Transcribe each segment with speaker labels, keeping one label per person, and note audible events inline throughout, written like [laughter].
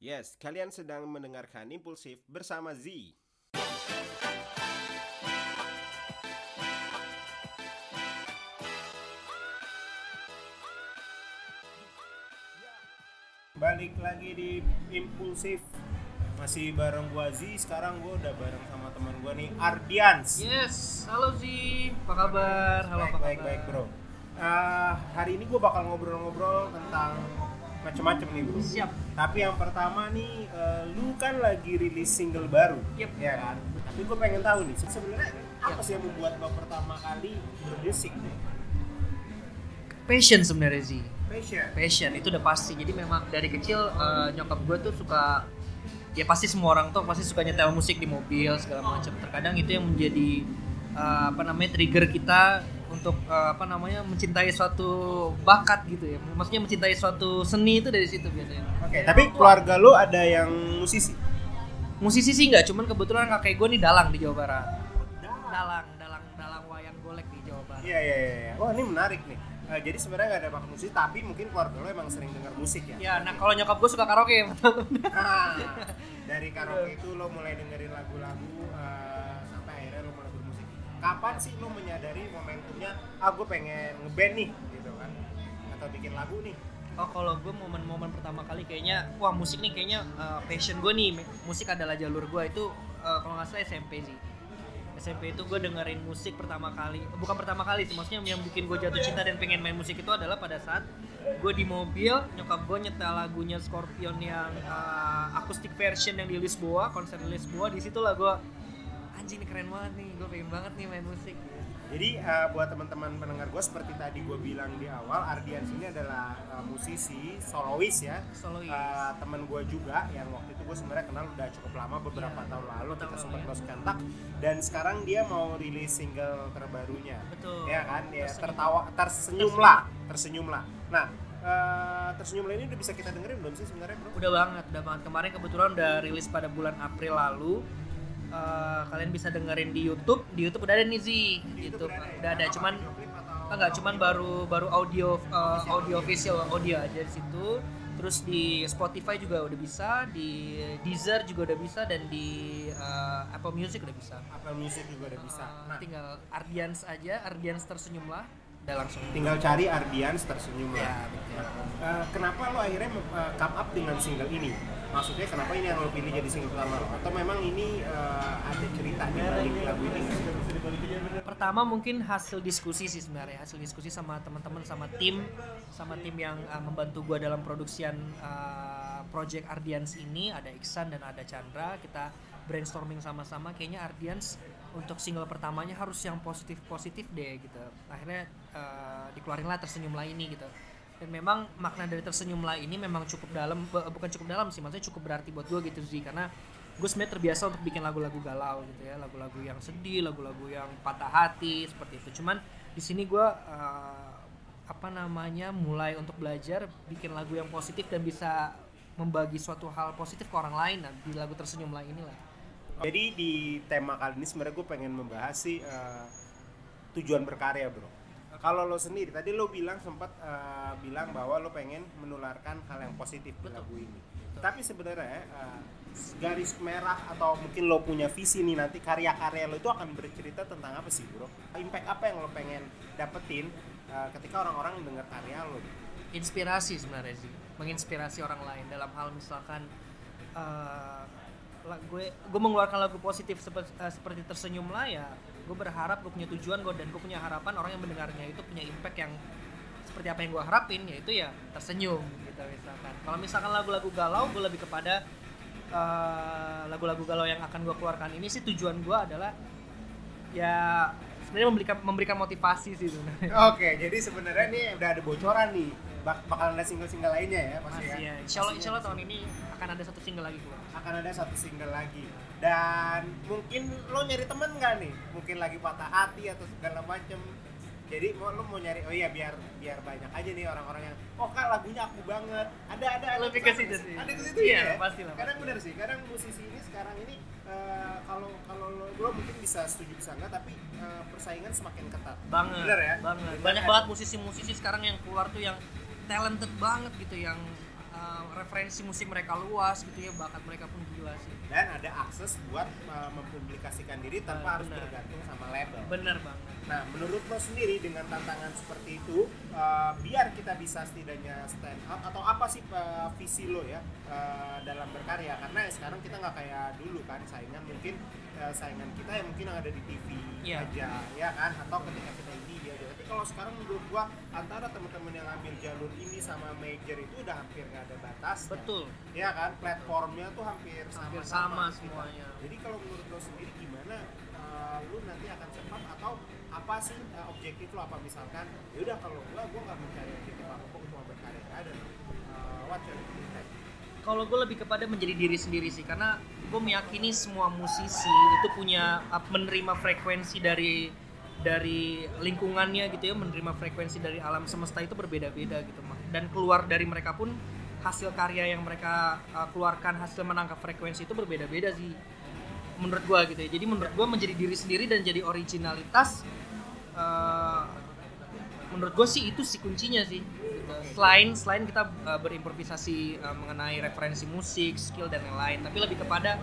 Speaker 1: Yes, kalian sedang mendengarkan Impulsif bersama Z.
Speaker 2: balik lagi di impulsif masih bareng gua Z sekarang gua udah bareng sama teman gua nih Ardians
Speaker 3: Yes, halo Zi, apa kabar? Iya, Halo,
Speaker 2: baik
Speaker 3: apa
Speaker 2: baik
Speaker 3: kabar?
Speaker 2: baik bro Ah, hari ini gua bakal ngobrol-ngobrol tentang macem-macem nih bro
Speaker 3: Siap.
Speaker 2: tapi yang pertama nih eh, lu kan lagi rilis single baru
Speaker 3: Yep.
Speaker 2: ya kan tapi gua pengen tahu nih sebenarnya apa sih yang membuat lo pertama kali bermusik nih
Speaker 3: Passion sebenarnya Zi.
Speaker 2: passion
Speaker 3: Passion itu udah pasti. Jadi memang dari kecil eh, nyokap gue tuh suka ya pasti semua orang tuh pasti suka nyetel musik di mobil segala macam. Terkadang itu yang menjadi eh, apa namanya trigger kita untuk eh, apa namanya mencintai suatu bakat gitu ya. Maksudnya mencintai suatu seni itu dari situ biasanya.
Speaker 2: oke tapi keluarga lu ada yang musisi
Speaker 3: Musisi sih nggak, cuman kebetulan kakek gue nih dalang di Jawa Barat. Dalang, dalang, dalang wayang golek di Jawa Barat.
Speaker 2: Iya iya iya. iya. Wah ini menarik nih. Eh, jadi sebenarnya nggak ada makan musik, tapi mungkin keluarga lo emang sering dengar musik ya.
Speaker 3: Ya, nah kalau nyokap gue suka karaoke. [laughs]
Speaker 2: Ah, dari karaoke itu lo mulai dengerin lagu-lagu eh, sampai akhirnya lo mulai bermusik. Kapan sih lo menyadari momentumnya? Ah gue pengen ngeband nih, gitu kan? Atau bikin lagu nih?
Speaker 3: oh, kalau gue momen-momen pertama kali kayaknya, wah musik nih kayaknya uh, passion gue nih. Musik adalah jalur gue itu uh, kalau nggak salah SMP sih. SMP itu gue dengerin musik pertama kali, bukan pertama kali sih, maksudnya yang bikin gue jatuh cinta dan pengen main musik itu adalah pada saat gue di mobil, nyokap gue nyetel lagunya Scorpion yang uh, acoustic version yang di Lisboa, konser di Lisboa, di situlah gue anjing ini keren banget nih, gue pengen banget nih main musik.
Speaker 2: Jadi eh, buat teman-teman pendengar gue seperti tadi gue bilang di awal, Ardian ini adalah eh, musisi solois ya.
Speaker 3: Solois.
Speaker 2: Eh, temen gue juga yang waktu itu gue sebenarnya kenal udah cukup lama beberapa
Speaker 3: Iya,
Speaker 2: tahun lalu
Speaker 3: beberapa
Speaker 2: kita
Speaker 3: tahun
Speaker 2: sempat
Speaker 3: lalu ya.
Speaker 2: lost kontak dan sekarang dia mau rilis single terbarunya
Speaker 3: Betul.
Speaker 2: ya kan ya
Speaker 3: Tersenyum.
Speaker 2: tertawa tersenyum lah tersenyum lah nah eh, tersenyum lah ini udah bisa kita dengerin belum sih sebenarnya bro
Speaker 3: Udah banget, udah banget. Kemarin kebetulan udah rilis pada bulan April lalu. Eh, kalian bisa dengerin di YouTube. Di YouTube udah ada nih Zi. Di YouTube
Speaker 2: ya?
Speaker 3: udah ada,
Speaker 2: Apa,
Speaker 3: cuman
Speaker 2: video clip atau-
Speaker 3: enggak cuman baru baru audio eh, audio official audio aja di situ. Terus di Spotify juga udah bisa, di Deezer juga udah bisa dan di eh, Apple Music udah bisa.
Speaker 2: Apple Music juga udah bisa
Speaker 3: Eh,
Speaker 2: nah
Speaker 3: tinggal Ardians aja, Ardians tersenyumlah. Udah langsung.
Speaker 2: tinggal cari Ardians tersenyum lah
Speaker 3: Ya, betul.
Speaker 2: Eh, kenapa lo akhirnya eh, come up dengan single ini? Maksudnya kenapa ini yang lo pilih jadi single pertama lo? Atau memang ini eh, ada cerita di balik lagu ini?
Speaker 3: pertama mungkin hasil diskusi sih sebenarnya hasil diskusi sama teman-teman sama tim sama tim yang uh, membantu gua dalam produksian uh, project Ardians ini ada Iksan dan ada Chandra kita brainstorming sama-sama kayaknya Ardians untuk single pertamanya harus yang positif positif deh gitu akhirnya uh, dikeluarinlah tersenyumlah ini gitu dan memang makna dari tersenyumlah ini memang cukup dalam bu- bukan cukup dalam sih maksudnya cukup berarti buat gue gitu sih karena gue sebenarnya terbiasa untuk bikin lagu-lagu galau gitu ya lagu-lagu yang sedih lagu-lagu yang patah hati seperti itu cuman di sini gue eh, apa namanya mulai untuk belajar bikin lagu yang positif dan bisa membagi suatu hal positif ke orang lain nah, di lagu tersenyum lah inilah
Speaker 2: Jadi di tema kali ini sebenarnya gue pengen membahas sih eh, tujuan berkarya bro. Kalau lo sendiri, tadi lo bilang sempat eh, bilang bahwa lo pengen menularkan hal yang positif di lagu ini. Tapi sebenarnya eh, garis merah atau mungkin lo punya visi nih nanti karya-karya lo itu akan bercerita tentang apa sih bro? Impact apa yang lo pengen dapetin eh, ketika orang-orang dengar karya lo?
Speaker 3: inspirasi sebenarnya sih menginspirasi orang lain dalam hal misalkan eh, la- gue gue mengeluarkan lagu positif seperti, seperti tersenyumlah ya gue berharap gue punya tujuan gue dan gue punya harapan orang yang mendengarnya itu punya impact yang seperti apa yang gue harapin yaitu ya tersenyum gitu misalkan kalau misalkan lagu-lagu galau gue lebih kepada eh, lagu-lagu galau yang akan gue keluarkan ini sih tujuan gue adalah ya sebenarnya memberikan memberikan motivasi sih sebenarnya
Speaker 2: Oke, jadi sebenarnya nih udah ada bocoran nih. Bak- bakalan ada single-single lainnya ya pasti
Speaker 3: Masih ya.
Speaker 2: ya.
Speaker 3: Insya Allah, insya Allah tahun ini akan ada satu single lagi keluar.
Speaker 2: Akan ada satu single lagi. Dan mungkin lo nyari temen nggak nih? Mungkin lagi patah hati atau segala macem. Jadi mau lo mau nyari oh iya biar biar banyak aja nih orang-orang yang oh kak lagunya aku banget. Ada ada ada.
Speaker 3: Lebih ke situ sih.
Speaker 2: Ada ke situ
Speaker 3: Iya,
Speaker 2: ya.
Speaker 3: pasti lah,
Speaker 2: Kadang bener sih. Kadang musisi ini sekarang ini eh, kalau kalau lo, lo mungkin bisa setuju bisa enggak tapi eh, persaingan semakin ketat.
Speaker 3: Banget.
Speaker 2: Bener ya?
Speaker 3: Banget.
Speaker 2: Bener
Speaker 3: Banyak
Speaker 2: kan?
Speaker 3: banget musisi-musisi sekarang yang keluar tuh yang talented banget gitu yang uh, eh, referensi musik mereka luas gitu ya bakat mereka pun gila sih
Speaker 2: dan ada akses buat uh, mempublikasikan diri tanpa
Speaker 3: Ah,
Speaker 2: harus
Speaker 3: benar.
Speaker 2: bergantung sama label.
Speaker 3: bener banget
Speaker 2: Nah, menurut lo sendiri dengan tantangan seperti itu, uh, biar kita bisa setidaknya stand out atau apa sih uh, visi lo ya uh, dalam berkarya? Karena ya sekarang kita nggak kayak dulu kan saingan mungkin uh, saingan kita yang mungkin yang ada di TV
Speaker 3: Iya.
Speaker 2: aja ya kan atau ketika kita ini dia aja. Tapi kalau sekarang menurut gua antara teman-teman yang ambil jalur ini sama major itu udah hampir nggak ada batas.
Speaker 3: betul
Speaker 2: Iya kan, platformnya tuh hampir sama,
Speaker 3: hampir sama
Speaker 2: kita.
Speaker 3: semuanya
Speaker 2: Jadi kalau menurut lo sendiri gimana uh, lu nanti akan cepat atau apa sih uh, objektif lo apa misalkan ya udah kalau gua gua nggak mencari objektif apa gua cuma berkarya dan uh, what your impact.
Speaker 3: kalau gue lebih kepada menjadi diri sendiri sih karena gue meyakini semua musisi itu punya ap- menerima frekuensi dari dari lingkungannya gitu ya menerima frekuensi dari alam semesta itu berbeda-beda gitu Mak. dan keluar dari mereka pun hasil karya yang mereka uh, keluarkan hasil menangkap frekuensi itu berbeda-beda sih menurut gue gitu ya jadi menurut gue menjadi diri sendiri dan jadi originalitas uh, menurut gue sih itu sih kuncinya sih Gitu. selain selain kita uh, berimprovisasi uh, mengenai referensi musik skill dan lain-lain tapi lebih kepada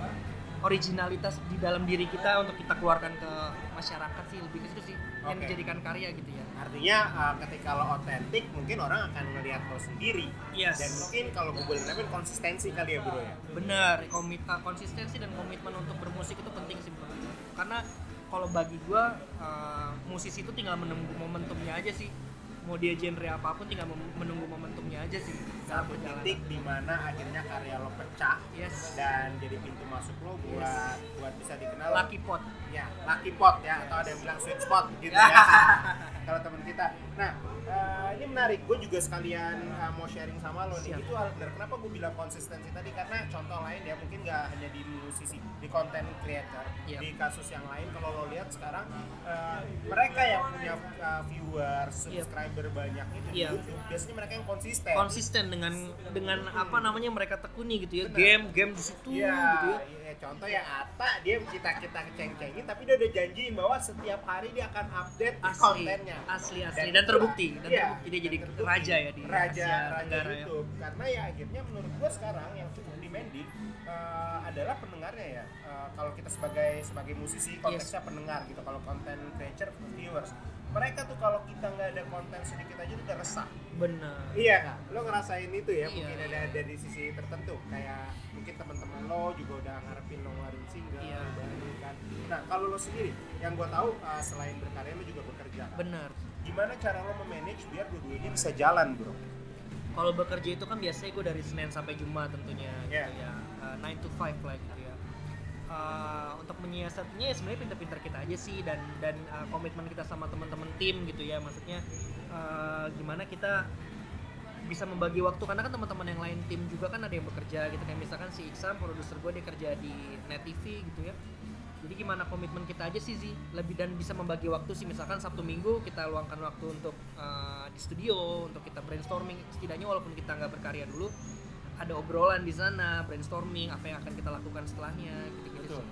Speaker 3: originalitas di dalam diri kita untuk kita keluarkan ke masyarakat sih lebih ke situ sih yang
Speaker 2: Oke.
Speaker 3: dijadikan karya gitu ya
Speaker 2: Artinya uh, ketika lo otentik mungkin orang akan melihat lo sendiri
Speaker 3: yes
Speaker 2: dan mungkin kalau gue boleh nambahin konsistensi kali ya bro ya.
Speaker 3: bener komit uh, konsistensi dan komitmen untuk bermusik itu penting sih menurut gua. karena kalau bagi gua uh, musisi itu tinggal menunggu momentumnya aja sih mau dia genre apapun tinggal mem- menunggu momentumnya aja sih dalam
Speaker 2: Satu
Speaker 3: perjalanan.
Speaker 2: titik di mana akhirnya karya lo pecah
Speaker 3: yes
Speaker 2: dan jadi pintu masuk lo buat
Speaker 3: Yes.
Speaker 2: buat bisa dikenal
Speaker 3: Lucky Pot.
Speaker 2: ya lucky pot ya atau ada yang bilang sweet spot gitu ya kalau teman kita nah eh, ini menarik gue juga sekalian eh, mau sharing sama lo nih
Speaker 3: Siap.
Speaker 2: itu hal benar kenapa gue bilang konsistensi tadi karena contoh lain ya mungkin nggak hanya di musisi di content creator
Speaker 3: Yep.
Speaker 2: di kasus yang lain kalau lo lihat sekarang eh, mereka yang punya eh, viewers subscriber banyak itu di
Speaker 3: Yep.
Speaker 2: YouTube biasanya mereka yang konsisten
Speaker 3: Konsisten dengan dengan apa namanya mereka tekuni gitu ya. Game, game di situ
Speaker 2: Iya,
Speaker 3: gitu ya.
Speaker 2: iya, contoh ya Ata dia kita kita ceng cengin tapi dia udah janjiin bahwa setiap hari dia akan update
Speaker 3: Asli,
Speaker 2: kontennya.
Speaker 3: asli, asli dan terbukti, dan
Speaker 2: Iya,
Speaker 3: terbukti dia
Speaker 2: dan
Speaker 3: jadi
Speaker 2: terbukti.
Speaker 3: raja ya di
Speaker 2: raja
Speaker 3: Asia
Speaker 2: raja
Speaker 3: Tenggara ya.
Speaker 2: YouTube karena ya akhirnya menurut gua sekarang yang cukup demanding eh, adalah pendengarnya ya Eh, kalau kita sebagai sebagai musisi konteksnya pendengar gitu kalau konten creator viewers mereka tuh kalau kita nggak ada konten sedikit aja tuh udah resah
Speaker 3: Benar.
Speaker 2: Iya nggak? Lo ngerasain itu ya?
Speaker 3: Nah. Iya.
Speaker 2: Mungkin ada ada di sisi tertentu kayak mungkin teman-teman lo juga udah ngarepin lo ngeluarin single
Speaker 3: Iya.
Speaker 2: baru kan. Nah kalau lo sendiri, yang gue tahu uh, selain berkarya lo juga bekerja. kan?
Speaker 3: Benar.
Speaker 2: Gimana cara lo memanage biar dua-duanya bisa jalan bro?
Speaker 3: Kalau bekerja itu kan biasanya gue dari Senin sampai Jumat tentunya
Speaker 2: Iya.
Speaker 3: gitu ya. Eh, 9 to 5 lah gitu ya. Eh, untuk menyiasatinya ya sebenarnya pinter-pinter kita aja sih dan dan eh, komitmen kita sama teman-teman tim gitu ya maksudnya eh, gimana kita bisa membagi waktu karena kan teman-teman yang lain tim juga kan ada yang bekerja gitu kayak misalkan si Iksan produser gue dia kerja di Net TV gitu ya jadi gimana komitmen kita aja sih sih lebih dan bisa membagi waktu sih misalkan Sabtu Minggu kita luangkan waktu untuk eh, di studio untuk kita brainstorming setidaknya walaupun kita nggak berkarya dulu ada obrolan di sana brainstorming apa yang akan kita lakukan setelahnya gitu gitu
Speaker 2: Betul.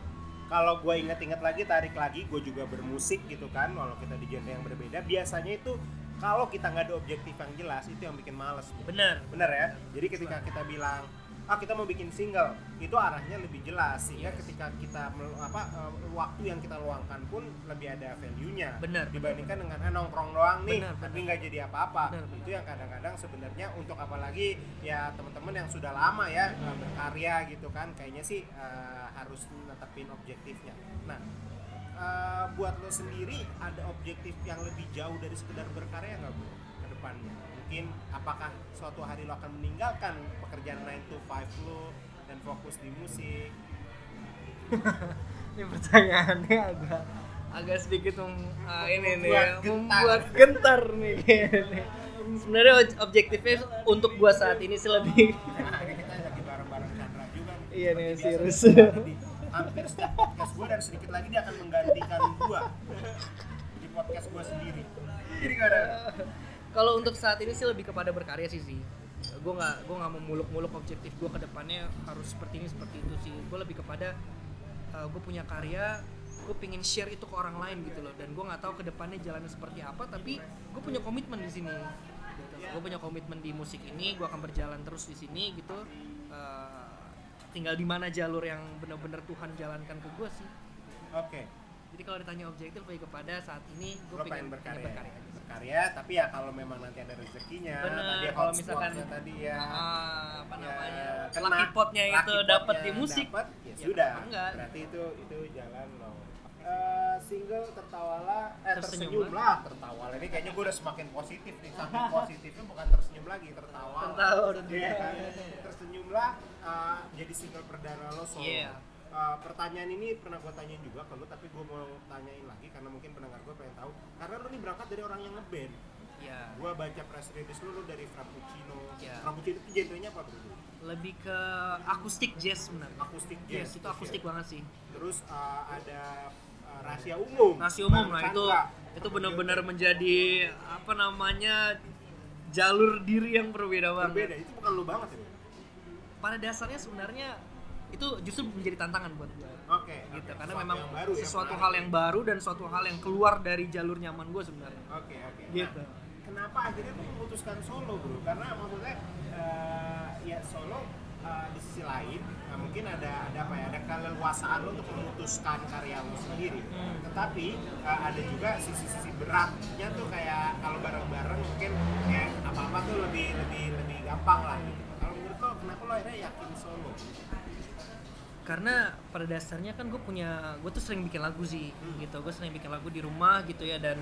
Speaker 2: Kalau gue inget-inget lagi, tarik lagi, gue juga bermusik gitu kan, walau kita di genre yang berbeda. Biasanya itu kalau kita nggak ada objektif yang jelas, itu yang bikin males. Bro.
Speaker 3: bener
Speaker 2: Bener ya. Jadi ketika kita bilang ah kita mau bikin single, itu arahnya lebih jelas sehingga
Speaker 3: Yes.
Speaker 2: ketika kita mel- apa eh, waktu yang kita luangkan pun lebih ada value-nya
Speaker 3: Bener,
Speaker 2: dibandingkan dengan ah, nongkrong doang nih
Speaker 3: Bener,
Speaker 2: tapi nggak jadi apa-apa.
Speaker 3: Bener,
Speaker 2: Itu yang kadang-kadang sebenarnya untuk apalagi ya teman-teman yang sudah lama ya eh, berkarya gitu kan kayaknya sih eh, harus menetapin objektifnya. Nah, eh, buat lo sendiri ada objektif yang lebih jauh dari sekedar berkarya nggak bro ke depannya mungkin apakah suatu hari lo akan meninggalkan pekerjaan 9 to 5 lo dan fokus di musik
Speaker 3: ini pertanyaannya agak agak sedikit mem- ah, ini nih ya,
Speaker 2: Membuat gentar.
Speaker 3: membuat gentar nih kayaknya nih. sebenarnya oj- objektifnya untuk gua saat ini sih lebih
Speaker 2: Nah, ini kita lagi bareng-bareng Chandra juga nih.
Speaker 3: Iya nih,
Speaker 2: Seperti
Speaker 3: serius.
Speaker 2: biasa, dia ada di hampir setiap podcast gue dan sedikit lagi dia akan menggantikan gue di podcast gue sendiri jadi gak ada
Speaker 3: kalau untuk saat ini sih lebih kepada berkarya sih sih gue nggak gue nggak memuluk-muluk objektif gue ke depannya harus seperti ini seperti itu sih gue lebih kepada gue punya karya gue pingin share itu ke orang lain gitu loh dan gue nggak tahu ke depannya jalannya seperti apa tapi gue punya komitmen di sini gitu. gitu. Gue punya komitmen di musik ini, gue akan berjalan terus di sini gitu. Eh, tinggal di mana jalur yang benar-benar Tuhan jalankan ke gue sih.
Speaker 2: Oke.
Speaker 3: Jadi kalau ditanya objektif lebih kepada saat ini gue
Speaker 2: Lo pengen
Speaker 3: pengen,
Speaker 2: berkarya.
Speaker 3: pengen berkarya aja.
Speaker 2: Berkarya, tapi ya kalau memang nanti ada rezekinya,
Speaker 3: Bener,
Speaker 2: tadi
Speaker 3: kalau
Speaker 2: hotspotnya
Speaker 3: misalkan-
Speaker 2: tadi ya.
Speaker 3: Ah, apa
Speaker 2: ya,
Speaker 3: namanya?
Speaker 2: kena.
Speaker 3: Lucky potnya
Speaker 2: Lucky
Speaker 3: itu
Speaker 2: potnya
Speaker 3: dapat di musik.
Speaker 2: dapet, ya,
Speaker 3: Ya,
Speaker 2: sudah.
Speaker 3: kenapa enggak?
Speaker 2: Berarti itu itu jalan lo. Eh, single tertawalah eh tersenyum
Speaker 3: Tersenyum
Speaker 2: lah tertawalah ini kayaknya gue udah semakin positif nih
Speaker 3: [laughs]
Speaker 2: tapi positifnya bukan tersenyum lagi tertawa
Speaker 3: Tertawa, tertawa.
Speaker 2: Iya kan? tersenyumlah eh, jadi single perdana lo solo
Speaker 3: Iya.
Speaker 2: Eh, pertanyaan ini pernah gue tanyain juga ke lo tapi gue mau tanyain lagi karena mungkin pendengar gue pengen tahu karena lo nih berangkat dari orang yang ngeband
Speaker 3: Ya,
Speaker 2: gue baca press release lo lo dari Frappuccino
Speaker 3: Iya.
Speaker 2: Frappuccino itu genrenya apa bro?
Speaker 3: lebih ke akustik jazz sebenarnya.
Speaker 2: akustik jazz iya.
Speaker 3: Jazz Iya, itu akustik banget sih.
Speaker 2: terus eh, ada eh, rahasia umum
Speaker 3: Nasi umum
Speaker 2: Bang
Speaker 3: lah itu
Speaker 2: Chandra.
Speaker 3: itu benar-benar menjadi apa namanya jalur diri yang berbeda banget.
Speaker 2: berbeda itu bukan lo banget ya oke
Speaker 3: Pada dasarnya sebenarnya itu justru menjadi tantangan buat gue.
Speaker 2: oke.
Speaker 3: Gitu, karena
Speaker 2: Sesuatu
Speaker 3: memang
Speaker 2: yang baru ya,
Speaker 3: sesuatu
Speaker 2: menarik.
Speaker 3: hal yang baru dan suatu hal yang keluar dari jalur nyaman gue sebenarnya.
Speaker 2: Oke oke.
Speaker 3: Gitu.
Speaker 2: Nah, kenapa akhirnya tuh memutuskan solo bro? Karena maksudnya eh, ya solo eh, di sisi lain eh, mungkin ada ada apa ya ada keleluasaan lo untuk memutuskan karya lo sendiri. Tetapi eh, ada juga sisi-sisi beratnya tuh kayak kalau bareng-bareng mungkin kayak apa-apa tuh lebih lebih lebih gampang lah. Gitu. Kalau menurut lo kenapa lo akhirnya yakin solo?
Speaker 3: karena pada dasarnya kan gue punya gue tuh sering bikin lagu sih
Speaker 2: Hmm.
Speaker 3: gitu gue sering bikin lagu di rumah gitu ya dan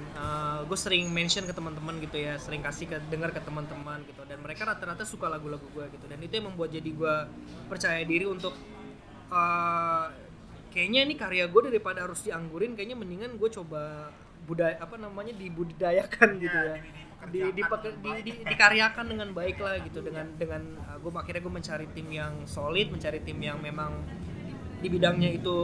Speaker 3: gue sering mention ke teman-teman gitu ya sering kasih ke dengar ke teman-teman gitu dan mereka rata-rata suka lagu-lagu gue gitu dan itu yang membuat jadi gue percaya diri untuk eh, kayaknya ini karya gue daripada harus dianggurin kayaknya mendingan gue coba budaya apa namanya dibudidayakan gitu
Speaker 2: Ya,
Speaker 3: ya
Speaker 2: di- dipekerjakan dengan
Speaker 3: di, dipeker- di-
Speaker 2: baik.
Speaker 3: di- dikaryakan dengan baik lah gitu dengan dengan gue akhirnya gue mencari tim yang solid mencari tim yang memang di bidangnya itu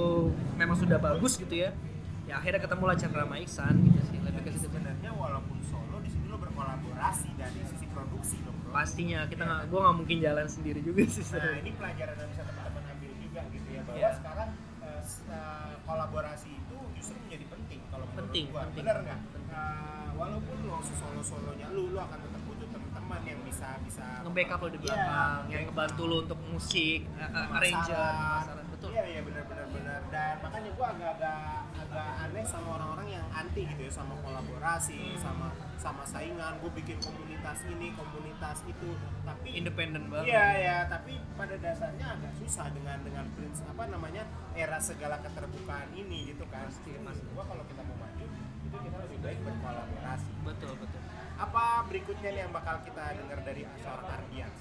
Speaker 3: memang sudah bagus gitu ya ya akhirnya ketemu lah Chandra sama Iksan gitu sih lebih ke situ
Speaker 2: Sebenarnya walaupun solo di sini lo berkolaborasi dari sisi produksi dong bro.
Speaker 3: pastinya kita nggak gue nggak mungkin jalan sendiri juga sih
Speaker 2: Nah,
Speaker 3: sebenarnya.
Speaker 2: ini pelajaran yang bisa teman-teman ambil juga gitu ya bahwa
Speaker 3: Iya.
Speaker 2: sekarang eh, s- eh, kolaborasi itu justru menjadi penting kalau menurut
Speaker 3: Penting,
Speaker 2: gua.
Speaker 3: penting.
Speaker 2: Benar nggak? Eh, walaupun lo solo solonya lu, lo akan tetap butuh teman-teman yang bisa bisa
Speaker 3: nge-backup
Speaker 2: Iya.
Speaker 3: lo di belakang yang ngebantu lo untuk musik eh, eh, arranger pemasaran betul
Speaker 2: Iya iya benar benar benar dan makanya gua agak-agak agak aneh sama orang-orang yang anti gitu ya sama
Speaker 3: Hmm.
Speaker 2: kolaborasi, sama sama saingan. Gue bikin komunitas ini, komunitas itu, tapi
Speaker 3: independen banget
Speaker 2: Iya ya, tapi pada dasarnya agak susah dengan dengan prince apa namanya era segala keterbukaan ini gitu kan.
Speaker 3: Pasti,
Speaker 2: Jadi,
Speaker 3: pasti.
Speaker 2: Gua kalau kita mau maju itu kita lebih baik berkolaborasi.
Speaker 3: betul betul
Speaker 2: Apa berikutnya nih yang bakal kita dengar dari seorang Ardians?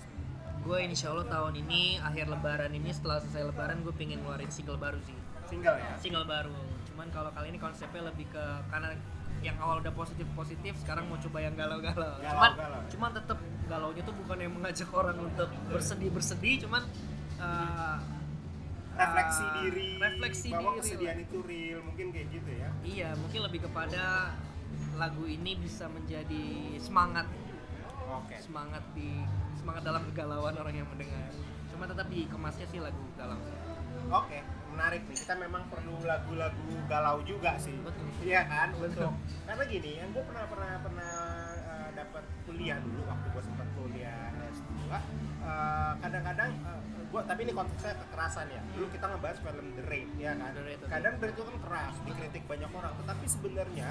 Speaker 3: gue insya Allah tahun ini akhir lebaran ini setelah selesai lebaran gue pengen ngeluarin single baru sih
Speaker 2: Single ya.
Speaker 3: single baru cuman kalau kali ini konsepnya lebih ke karena yang awal udah positif positif sekarang mau coba yang galau galau cuman
Speaker 2: Galau-galau.
Speaker 3: cuman tetap galaunya tuh bukan yang mengajak [laughs] orang untuk bersedih bersedih cuman eh,
Speaker 2: Refleksi
Speaker 3: eh,
Speaker 2: diri.
Speaker 3: refleksi
Speaker 2: bahwa
Speaker 3: diri
Speaker 2: kesedihan
Speaker 3: lah.
Speaker 2: itu real, mungkin kayak gitu ya.
Speaker 3: iya mungkin lebih kepada lagu ini bisa menjadi semangat
Speaker 2: Oke.
Speaker 3: semangat di semangat dalam kegalauan orang yang mendengar cuma tetap dikemasnya sih lagu galau
Speaker 2: Oke, menarik nih. Kita memang perlu lagu-lagu galau juga sih.
Speaker 3: Betul.
Speaker 2: Iya kan? Untuk karena gini, yang gue pernah pernah pernah eh, dapat kuliah dulu waktu gue sempat kuliah S2. eh, kadang-kadang gue tapi ini konteksnya kekerasan ya. Dulu kita ngebahas film The Raid ya kan.
Speaker 3: The Raid, oke.
Speaker 2: Kadang The Raid itu kan keras, dikritik banyak orang, tetapi sebenarnya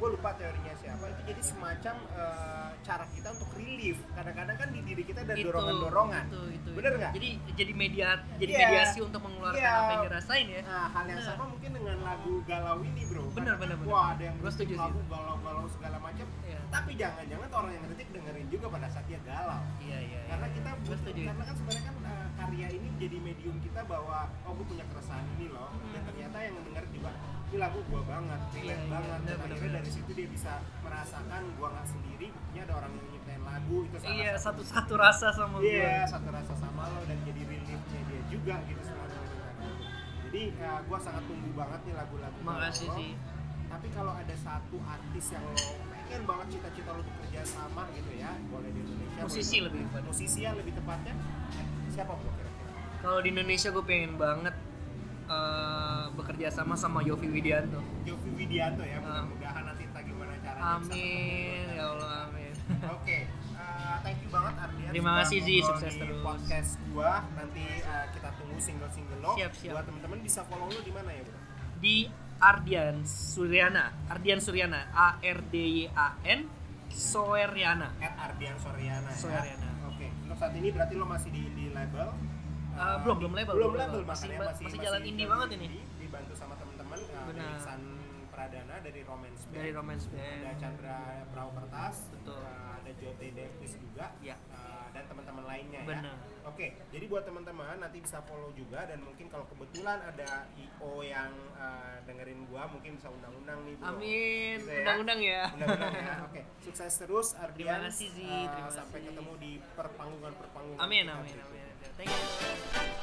Speaker 2: gue lupa teorinya siapa. Itu jadi semacam eh, cara kita untuk relief. Kadang-kadang kan di diri kita ada
Speaker 3: Itu,
Speaker 2: dorongan-dorongan.
Speaker 3: itu, itu,
Speaker 2: Bener
Speaker 3: itu.
Speaker 2: nggak?
Speaker 3: gitu, jadi jadi media jadi
Speaker 2: Iya.
Speaker 3: mediasi untuk mengeluarkan
Speaker 2: Iya.
Speaker 3: apa yang dirasain ya
Speaker 2: Nah, hal yang
Speaker 3: Bener.
Speaker 2: sama mungkin dengan lagu galau ini, Bro.
Speaker 3: Bener, bener, bener.
Speaker 2: Wah, ada yang
Speaker 3: Gua setuju
Speaker 2: kritik
Speaker 3: sih.
Speaker 2: lagu galau-galau segala macam.
Speaker 3: Iya.
Speaker 2: Tapi jangan-jangan orang yang kritik dengerin juga pada saat dia galau.
Speaker 3: Iya iya. iya.
Speaker 2: Karena kita
Speaker 3: Gua
Speaker 2: butuh,
Speaker 3: setuju.
Speaker 2: karena kan sebenarnya kan eh, karya ini jadi medium kita bahwa oh gue punya keresahan ini loh dan ternyata yang denger juga ini lagu gua banget, relate
Speaker 3: Hmm. Iya, iya,
Speaker 2: banget.
Speaker 3: bener,
Speaker 2: Dan
Speaker 3: bener,
Speaker 2: akhirnya
Speaker 3: bener.
Speaker 2: dari situ dia bisa merasakan gua nggak sendiri, buktinya ada orang yang nyiptain lagu itu salah
Speaker 3: Iya satu-satu rasa sama
Speaker 2: Iya,
Speaker 3: gue.
Speaker 2: satu rasa sama lo dan jadi reliefnya dia juga gitu sama dengan lagu itu. Jadi eh, gua sangat tunggu banget nih lagu-lagu.
Speaker 3: Makasih
Speaker 2: lo.
Speaker 3: sih.
Speaker 2: Tapi kalau ada satu artis yang lo pengen banget cita-cita lo bekerja sama gitu ya, boleh di Indonesia.
Speaker 3: Musisi
Speaker 2: boleh di-
Speaker 3: lebih kepada.
Speaker 2: Musisi yang lebih tepatnya eh, siapa bro kira-kira?
Speaker 3: Kalau di Indonesia gue pengen banget eh, bekerja sama sama Yofi Widianto.
Speaker 2: Yofi Widianto ya,
Speaker 3: Ah.
Speaker 2: mudah-mudahan nanti entah gimana caranya. bisa ketemu
Speaker 3: Amin
Speaker 2: lo.
Speaker 3: ya Allah amin.
Speaker 2: Oke, eh, thank you banget Ardian.
Speaker 3: Terima
Speaker 2: sudah
Speaker 3: kasih, Zi.
Speaker 2: ngobrol
Speaker 3: Sukses
Speaker 2: di
Speaker 3: terus.
Speaker 2: Podcast gua nanti uh, kita tunggu single-single lo.
Speaker 3: Siap, siap.
Speaker 2: Buat teman-teman bisa follow lo di mana ya, Bro?
Speaker 3: di Ardian Suryana Ardian Suryana A R D Y A N Soeriana
Speaker 2: At Ardian Soriana. ya.
Speaker 3: Soriana.
Speaker 2: Oke. Untuk saat ini berarti lo masih di, di label.
Speaker 3: Eh, belum, belum label,
Speaker 2: Belum
Speaker 3: belum
Speaker 2: label, ya,
Speaker 3: label. Masih
Speaker 2: makanya
Speaker 3: ba- masih jalan indie banget ini.
Speaker 2: Dibantu sama teman-teman uh,
Speaker 3: Benar.
Speaker 2: Iksan Pradana dari Romance Band.
Speaker 3: dari Romance
Speaker 2: ada
Speaker 3: Band.
Speaker 2: Chandra Praukertas,
Speaker 3: Betul.
Speaker 2: uh, ada Jote Davis juga,
Speaker 3: Ya.
Speaker 2: uh, dan teman-teman lainnya
Speaker 3: Benar.
Speaker 2: ya. Oke, jadi buat teman-teman nanti bisa follow juga dan mungkin kalau kebetulan ada IO yang uh, dengerin gua mungkin bisa undang-undang nih. Bro.
Speaker 3: Amin.
Speaker 2: Bisa ya?
Speaker 3: Undang-undang ya.
Speaker 2: Undang-undang ya. [laughs] Oke, sukses terus Ardian.
Speaker 3: Terima kasih, Zi.
Speaker 2: Uh,
Speaker 3: Terima
Speaker 2: sampai
Speaker 3: kasih.
Speaker 2: ketemu di perpanggungan-perpanggungan.
Speaker 3: Amin
Speaker 2: kita
Speaker 3: amin
Speaker 2: berikutnya.
Speaker 3: amin. Thank you.